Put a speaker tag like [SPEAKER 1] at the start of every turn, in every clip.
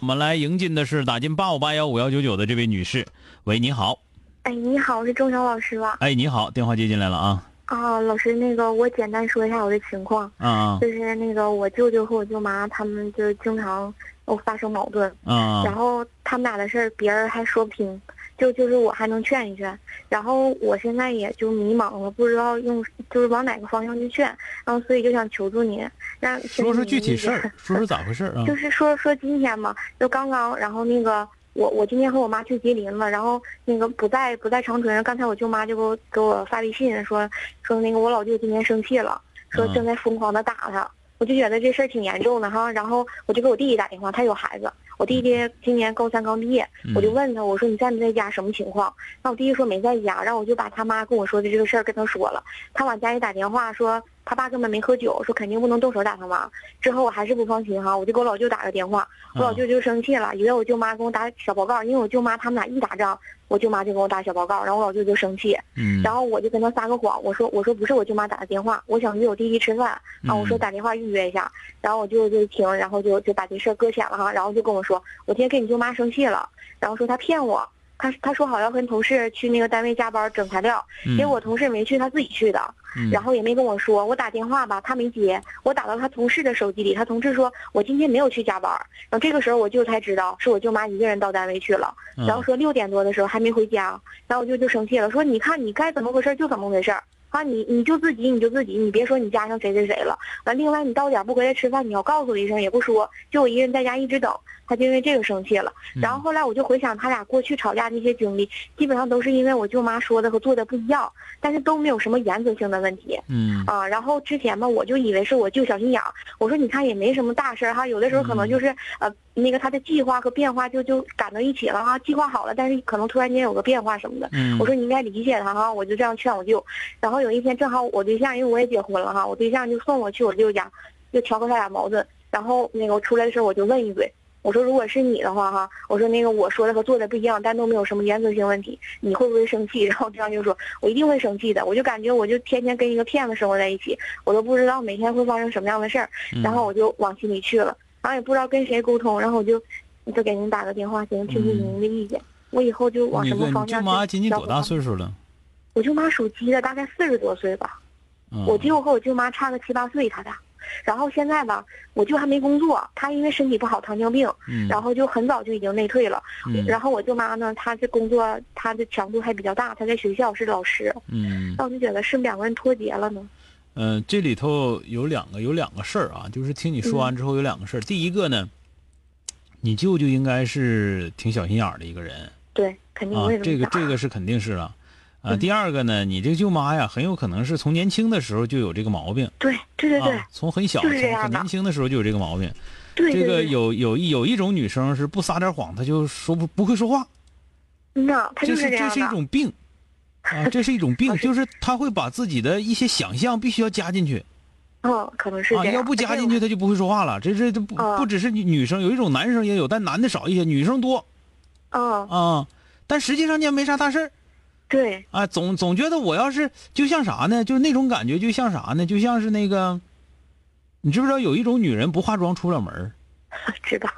[SPEAKER 1] 我们来迎进的是打进八五八幺五幺九九的这位女士。喂，你好，
[SPEAKER 2] 哎，你好，我是钟晓老师吧？
[SPEAKER 1] 哎，你好，电话接进来了啊，
[SPEAKER 2] 啊，老师，那个我简单说一下我的情况，
[SPEAKER 1] 啊啊
[SPEAKER 2] 就是那个我舅舅和我舅妈他们就是经常哦发生矛盾，
[SPEAKER 1] 啊
[SPEAKER 2] 然
[SPEAKER 1] 啊
[SPEAKER 2] 后他们俩的事儿别人还说不清，就就是我还能劝一劝，然后我现在也就迷茫了，不知道用就是往哪个方向去劝，然后所以就想求助您，让
[SPEAKER 1] 说说具体事 儿，说说咋回事儿啊？
[SPEAKER 2] 就是说说今天嘛，就刚刚，然后那个我我今天和我妈去吉林了，然后那个不在不在长春，刚才我舅妈就给我给我发微信说说那个我老舅今天生气了，说
[SPEAKER 1] 嗯
[SPEAKER 2] 正在疯狂的打他，我就觉得这事儿挺严重的哈，然后我就给我弟弟打电话，他有孩子，我弟弟今年高三刚毕业，我就
[SPEAKER 1] 嗯
[SPEAKER 2] 问他，我说你在没在家，什么情况？那我弟弟说没在家，然后我就把他妈跟我说的这个事儿跟他说了。他往家里打电话说他爸根本没喝酒，说肯定不能动手打他妈。之后我还是不放心哈，我就给我老舅打个电话，我老舅就生气了，以为我舅妈跟我打小报告，因为我舅妈他们俩一打仗，我舅妈就跟我打小报告，然后我老舅就生气，
[SPEAKER 1] 嗯
[SPEAKER 2] 然后我就跟他撒个谎，我说我说不是我舅妈打的电话，我想约我弟弟吃饭啊，
[SPEAKER 1] 嗯
[SPEAKER 2] 我说打电话预约一下，然后我就就停，然后就就把这事儿搁浅了哈，然后就跟我说我今天跟你舅妈生气了，然后说她骗我，她她说好要跟同事去那个单位加班整材料，结果同事没去，她自己去的，
[SPEAKER 1] 嗯
[SPEAKER 2] 然后也没跟我说，我打电话吧，他没接，我打到他同事的手机里，他同事说我今天没有去加班儿，然后这个时候我舅才知道是我舅妈一个人到单位去了，
[SPEAKER 1] 嗯
[SPEAKER 2] 然后说六点多的时候还没回家，然后我舅就生气了，说你看你该怎么回事儿就怎么回事儿啊，你你就自己你就自己，你别说你加上谁谁谁了，完另外你到点儿不回来吃饭，你要告诉我一声也不说，就我一个人在家一直等，他就因为这个生气了。然后后来我就回想他俩过去吵架那些经历，基本上都是因为我舅妈说的和做的不一样，但是都没有什么原则性的问题。
[SPEAKER 1] 嗯
[SPEAKER 2] 啊，然后之前吧，我就以为是我舅小心眼儿，我说你看也没什么大事儿哈，有的时候可能就是、呃那个他的计划和变化就就赶到一起了哈，计划好了，但是可能突然间有个变化什么的。
[SPEAKER 1] 嗯，
[SPEAKER 2] 我说你应该理解他哈，我就这样劝我舅。然后有一天正好我对象，因为我也结婚了哈，我对象就送我去我舅家，就调和他俩矛盾。然后那个我出来的时候我就问一嘴，我说如果是你的话哈，我说那个我说的和做的不一样，但都没有什么原则性问题，你会不会生气？然 后对象就说，我一定会生气的。我就感觉我就天天跟一个骗子生活在一起，我都不知道每天会发生什么样的事儿。
[SPEAKER 1] 嗯
[SPEAKER 2] 然后我就往心里去了，然后也不知道跟谁沟通，然后我就就给您打个电话，想听听您的意见。我以后就往
[SPEAKER 1] 你
[SPEAKER 2] 什么
[SPEAKER 1] 跟你
[SPEAKER 2] 方向
[SPEAKER 1] 舅
[SPEAKER 2] 去
[SPEAKER 1] 妈今年
[SPEAKER 2] 调
[SPEAKER 1] 多
[SPEAKER 2] 整
[SPEAKER 1] 大
[SPEAKER 2] 呢？
[SPEAKER 1] 岁数了？
[SPEAKER 2] 我舅妈属鸡的，大概四十多岁吧。
[SPEAKER 1] 嗯
[SPEAKER 2] 我舅和我舅妈差个七八岁，他俩。然后现在吧，我舅还没工作，他因为身体不好，糖尿病，
[SPEAKER 1] 嗯
[SPEAKER 2] 然后就很早就已经内退了。
[SPEAKER 1] 嗯
[SPEAKER 2] 然后我舅妈呢，她这工作她的强度还比较大，她在学校是老师。
[SPEAKER 1] 嗯
[SPEAKER 2] 那我就觉得是不是两个人脱节了呢？
[SPEAKER 1] 呃，这里头有两个有两个事儿啊，就是听你说
[SPEAKER 2] 嗯
[SPEAKER 1] 完之后有两个事儿。第一个呢，你舅舅应该是挺小心眼儿的一个人
[SPEAKER 2] 对，肯定
[SPEAKER 1] 啊
[SPEAKER 2] 为，什
[SPEAKER 1] 这
[SPEAKER 2] 么嗯
[SPEAKER 1] 个
[SPEAKER 2] 打？
[SPEAKER 1] 这个是肯定是啊。啊，第二个呢，你这个舅妈呀，很有可能是从年轻的时候就有这个毛病
[SPEAKER 2] 对对对对、
[SPEAKER 1] 啊，从很小、
[SPEAKER 2] 就是这
[SPEAKER 1] 从
[SPEAKER 2] 样
[SPEAKER 1] 很
[SPEAKER 2] 的
[SPEAKER 1] 年轻的时候就有这个毛病。
[SPEAKER 2] 对对
[SPEAKER 1] 这个
[SPEAKER 2] 对。
[SPEAKER 1] 有有一有一种女生是不撒点谎，她就说不不会说话，
[SPEAKER 2] 嗯呐，她
[SPEAKER 1] 这
[SPEAKER 2] 就是
[SPEAKER 1] 这
[SPEAKER 2] 样
[SPEAKER 1] 是一
[SPEAKER 2] 的。
[SPEAKER 1] 种病， 啊，这是一种病，
[SPEAKER 2] 是
[SPEAKER 1] 就是他会把自己的一些想象必须要加进去
[SPEAKER 2] 嗯，可能是
[SPEAKER 1] 啊，
[SPEAKER 2] 这样。哎
[SPEAKER 1] 要不加
[SPEAKER 2] 而且
[SPEAKER 1] 进去他就不会说话了。这这这不
[SPEAKER 2] 啊
[SPEAKER 1] 不只是女女生，有一种男生也有，但男的少一些，女生多
[SPEAKER 2] 我。嗯，
[SPEAKER 1] 啊。但实际上呢，没啥大事儿
[SPEAKER 2] 对，
[SPEAKER 1] 啊，总总觉得我要是就像啥呢，就是那种感觉，就像啥呢，就像是那个，你知不知道有一种女人不化妆出不了门儿，
[SPEAKER 2] 知道。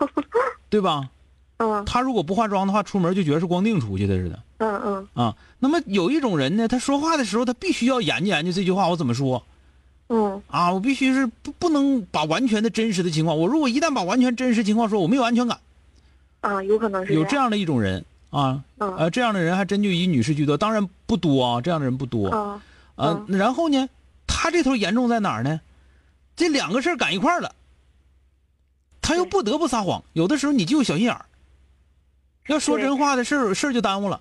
[SPEAKER 1] 对吧？
[SPEAKER 2] 嗯
[SPEAKER 1] 她如果不化妆的话，出门就觉得是光腚出去的似的。
[SPEAKER 2] 嗯嗯
[SPEAKER 1] 啊，那么有一种人呢，他说话的时候，他必须要研究研究这句话我怎么说
[SPEAKER 2] 嗯
[SPEAKER 1] 啊，我必须是不不能把完全的真实的情况，我如果一旦把完全真实情况说，我没有安全感，
[SPEAKER 2] 啊，有可能是
[SPEAKER 1] 有
[SPEAKER 2] 这
[SPEAKER 1] 这
[SPEAKER 2] 样。
[SPEAKER 1] 样的一种人啊，
[SPEAKER 2] 嗯
[SPEAKER 1] 呃，这样的人还真就以女士居多，当然不多啊，这样的人不多。
[SPEAKER 2] 嗯
[SPEAKER 1] 啊，然后呢，他这头严重在哪儿呢？这两个事儿赶一块儿了，他又
[SPEAKER 2] 对
[SPEAKER 1] 不得不撒谎，有的时候你就有小心眼儿。要说
[SPEAKER 2] 对
[SPEAKER 1] 真话的事儿事儿就耽误了。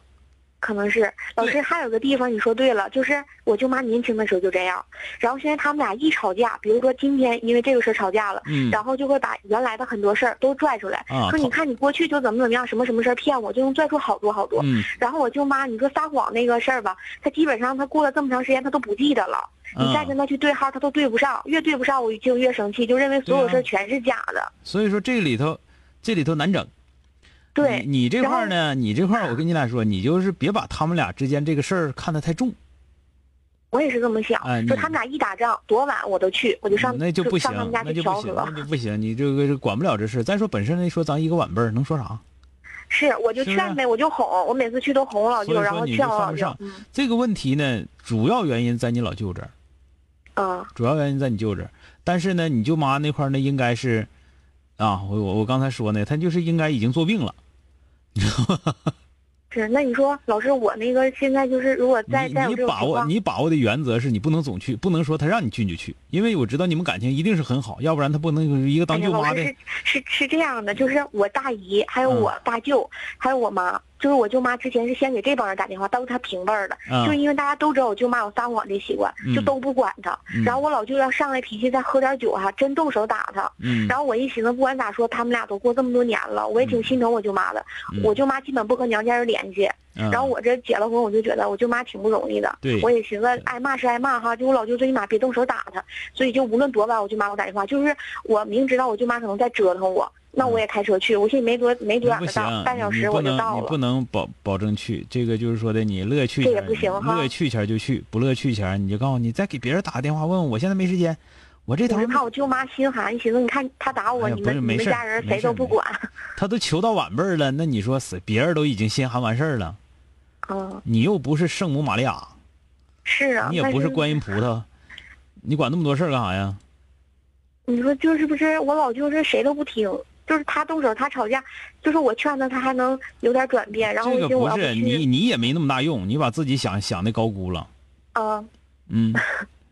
[SPEAKER 2] 可能是老师
[SPEAKER 1] 对
[SPEAKER 2] 还有个地方你说对了，就是我舅妈年轻的时候就这样，然后现在他们俩一吵架，比如说今天因为这个事儿吵架了，
[SPEAKER 1] 嗯
[SPEAKER 2] 然后就会把原来的很多事儿都拽出来，
[SPEAKER 1] 啊
[SPEAKER 2] 说
[SPEAKER 1] 讨
[SPEAKER 2] 你看你过去就怎么怎么样，什么什么事儿骗我，就能拽出好多好多。
[SPEAKER 1] 嗯，
[SPEAKER 2] 然后我舅妈，你说撒谎那个事儿吧，她基本上她过了这么长时间，她都不记得了。你再
[SPEAKER 1] 啊
[SPEAKER 2] 跟她去对号，她都对不上，越对不上我就越生气，就认为所有
[SPEAKER 1] 啊
[SPEAKER 2] 事儿全是假的。
[SPEAKER 1] 所以说这里头，这里头难整。
[SPEAKER 2] 对，
[SPEAKER 1] 你你这块儿呢，你这块儿我跟你俩说，你就是别把他们俩之间这个事儿看得太重，
[SPEAKER 2] 我也是这么想
[SPEAKER 1] 哎，
[SPEAKER 2] 说
[SPEAKER 1] 你
[SPEAKER 2] 他们俩一打仗，多晚我都去，我就上
[SPEAKER 1] 嗯那就不行
[SPEAKER 2] 上他们，家
[SPEAKER 1] 那
[SPEAKER 2] 去
[SPEAKER 1] 就不
[SPEAKER 2] 调
[SPEAKER 1] 行，
[SPEAKER 2] 和
[SPEAKER 1] 那。就不行，你这个管不了这事。再说本身来说，咱一个晚辈儿能说啥？
[SPEAKER 2] 是，我就是劝呗，我就哄，我每次去都哄我老
[SPEAKER 1] 所
[SPEAKER 2] 舅，
[SPEAKER 1] 以说
[SPEAKER 2] 然后
[SPEAKER 1] 你就
[SPEAKER 2] 劝我
[SPEAKER 1] 犯
[SPEAKER 2] 老
[SPEAKER 1] 不
[SPEAKER 2] 舅
[SPEAKER 1] 上。
[SPEAKER 2] 嗯
[SPEAKER 1] 这个问题呢，主要原因在你老舅这儿。
[SPEAKER 2] 嗯
[SPEAKER 1] 主要原因在你舅这儿，但是呢，你舅妈那块儿呢，应该是，啊，我我我刚才说呢，她就是应该已经做病了。
[SPEAKER 2] 是，那你说老师，我那个现在就是，如果
[SPEAKER 1] 你
[SPEAKER 2] 再再有
[SPEAKER 1] 你
[SPEAKER 2] 这种
[SPEAKER 1] 把
[SPEAKER 2] 情
[SPEAKER 1] 握
[SPEAKER 2] 况，
[SPEAKER 1] 你把握的原则是你不能总去，不能说她让你去你就去，因为我知道你们感情一定是很好，要不然她不能一个
[SPEAKER 2] 哎
[SPEAKER 1] 当
[SPEAKER 2] 呀
[SPEAKER 1] 舅妈
[SPEAKER 2] 老
[SPEAKER 1] 的
[SPEAKER 2] 师。是是是这样的，就是我大姨，还有
[SPEAKER 1] 嗯
[SPEAKER 2] 我大舅，还有我妈，就是我舅妈之前是先给这帮人打电话，都是她平辈儿的，
[SPEAKER 1] 嗯
[SPEAKER 2] 就是因为大家都知道我舅妈有撒谎这习惯，就
[SPEAKER 1] 嗯
[SPEAKER 2] 都不管她。
[SPEAKER 1] 嗯
[SPEAKER 2] 然后我老舅要上来脾气，再喝点酒哈、真动手打她。
[SPEAKER 1] 嗯
[SPEAKER 2] 然后我一寻思，不管咋说，他们俩都过这么多年了，我也挺心疼我舅妈的。
[SPEAKER 1] 嗯
[SPEAKER 2] 我舅妈基本不和娘家人联系，
[SPEAKER 1] 嗯
[SPEAKER 2] 然后我这结了婚，我就觉得我舅妈挺不容易的。
[SPEAKER 1] 对
[SPEAKER 2] 我也寻思挨骂是挨骂哈，就我老舅最起码别动手打他，所以就无论多晚我舅妈给我打电话，就是我明知道我舅妈可能在折腾我，那我也开车去，我寻思没多没多
[SPEAKER 1] 你
[SPEAKER 2] 远
[SPEAKER 1] 嗯不
[SPEAKER 2] 的
[SPEAKER 1] 行
[SPEAKER 2] 到，，半小
[SPEAKER 1] 你
[SPEAKER 2] 时
[SPEAKER 1] 不
[SPEAKER 2] 我就
[SPEAKER 1] 能
[SPEAKER 2] 到
[SPEAKER 1] 你不
[SPEAKER 2] 了。
[SPEAKER 1] 能保保证去，这个就是说的你乐去
[SPEAKER 2] 这
[SPEAKER 1] 前
[SPEAKER 2] 也不行哈
[SPEAKER 1] 乐去前儿就去，不乐去前儿你就告诉你再给别人打个电话问问我现在没时间，我这头
[SPEAKER 2] 我
[SPEAKER 1] 儿
[SPEAKER 2] 就看我舅妈心寒，寻思你看她打我，
[SPEAKER 1] 哎呀
[SPEAKER 2] 你
[SPEAKER 1] 不是
[SPEAKER 2] 们
[SPEAKER 1] 没
[SPEAKER 2] 你们
[SPEAKER 1] 事儿
[SPEAKER 2] 家人
[SPEAKER 1] 没
[SPEAKER 2] 谁
[SPEAKER 1] 事儿
[SPEAKER 2] 都不
[SPEAKER 1] 没
[SPEAKER 2] 管。
[SPEAKER 1] 他都求到晚辈儿了，那你说死别人都已经心寒完事儿了，
[SPEAKER 2] 嗯，
[SPEAKER 1] 你又不是圣母玛利亚，
[SPEAKER 2] 是啊，
[SPEAKER 1] 你也
[SPEAKER 2] 但
[SPEAKER 1] 不是观音菩萨，你管那么多事儿干啥呀？
[SPEAKER 2] 你说就是不是我老舅是谁都不听，就是他动手他吵架，就是我劝他他还能有点转变，然后我
[SPEAKER 1] 这个
[SPEAKER 2] 寻思我
[SPEAKER 1] 不
[SPEAKER 2] 要
[SPEAKER 1] 是
[SPEAKER 2] 去
[SPEAKER 1] 你，你也没那么大用，你把自己想想的高估了，
[SPEAKER 2] 嗯
[SPEAKER 1] 嗯，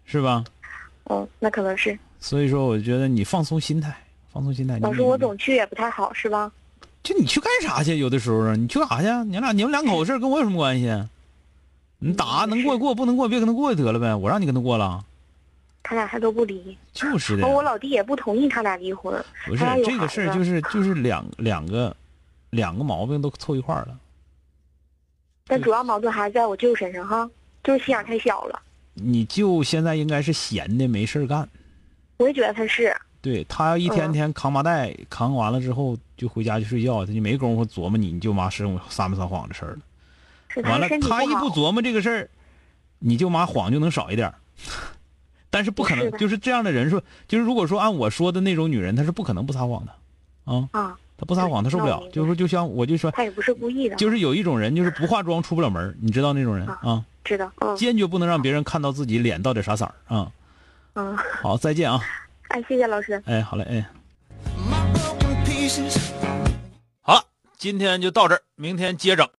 [SPEAKER 1] 是吧？
[SPEAKER 2] 嗯，那可能是
[SPEAKER 1] 所以说，我觉得你放松心态，放松心态。
[SPEAKER 2] 老
[SPEAKER 1] 你
[SPEAKER 2] 师我
[SPEAKER 1] 你
[SPEAKER 2] 总去也不太好是吧？
[SPEAKER 1] 就你去干啥去？有的时候啊，你去干啥去？你俩你们两口子事儿跟我有什么关系？你打
[SPEAKER 2] 嗯
[SPEAKER 1] 能过
[SPEAKER 2] 是
[SPEAKER 1] 过，不能过别跟他过就得了呗。我让你跟他过了，
[SPEAKER 2] 他俩还都不离，
[SPEAKER 1] 就是的
[SPEAKER 2] 然。后我老哎弟也不同意他俩离婚。
[SPEAKER 1] 啊不是
[SPEAKER 2] 他俩有
[SPEAKER 1] 这个事儿，
[SPEAKER 2] 孩子
[SPEAKER 1] 就是就是两两个两个毛病都凑一块儿了。
[SPEAKER 2] 但
[SPEAKER 1] 对
[SPEAKER 2] 主要矛盾还是在我舅身上哈，就是心眼太小了。
[SPEAKER 1] 你舅现在应该是闲的没事儿干，
[SPEAKER 2] 我也觉得他是，
[SPEAKER 1] 对他要一天天扛麻袋，扛完了之后就回家去睡觉，他就没工夫琢磨你你舅妈是撒没撒谎的事儿了。
[SPEAKER 2] 是
[SPEAKER 1] 完
[SPEAKER 2] 他
[SPEAKER 1] 了，
[SPEAKER 2] 身体
[SPEAKER 1] 他一
[SPEAKER 2] 好。
[SPEAKER 1] 不琢磨这个事儿，你舅妈谎就能少一 点儿。但是不可
[SPEAKER 2] 是
[SPEAKER 1] 能，
[SPEAKER 2] 的
[SPEAKER 1] 就是这样的人说，就是如果说按我说的那种女人，她是不可能不撒谎的，啊，
[SPEAKER 2] 啊，
[SPEAKER 1] 她不撒谎她受不
[SPEAKER 2] 那我
[SPEAKER 1] 了
[SPEAKER 2] 明。白
[SPEAKER 1] 就是说就像我就说，
[SPEAKER 2] 他也不是故意的，
[SPEAKER 1] 就是有一种人就是不化妆出不了门儿，你知道那种人
[SPEAKER 2] 啊
[SPEAKER 1] 啊，
[SPEAKER 2] 知道。嗯
[SPEAKER 1] 坚决不能让别人看到自己脸到底啥色儿啊。
[SPEAKER 2] 嗯，
[SPEAKER 1] 好，再见啊，
[SPEAKER 2] 哎，谢谢老师。
[SPEAKER 1] 哎，好嘞，哎。
[SPEAKER 3] My broken pieces.
[SPEAKER 1] 好了，今天就到这儿，明天接整。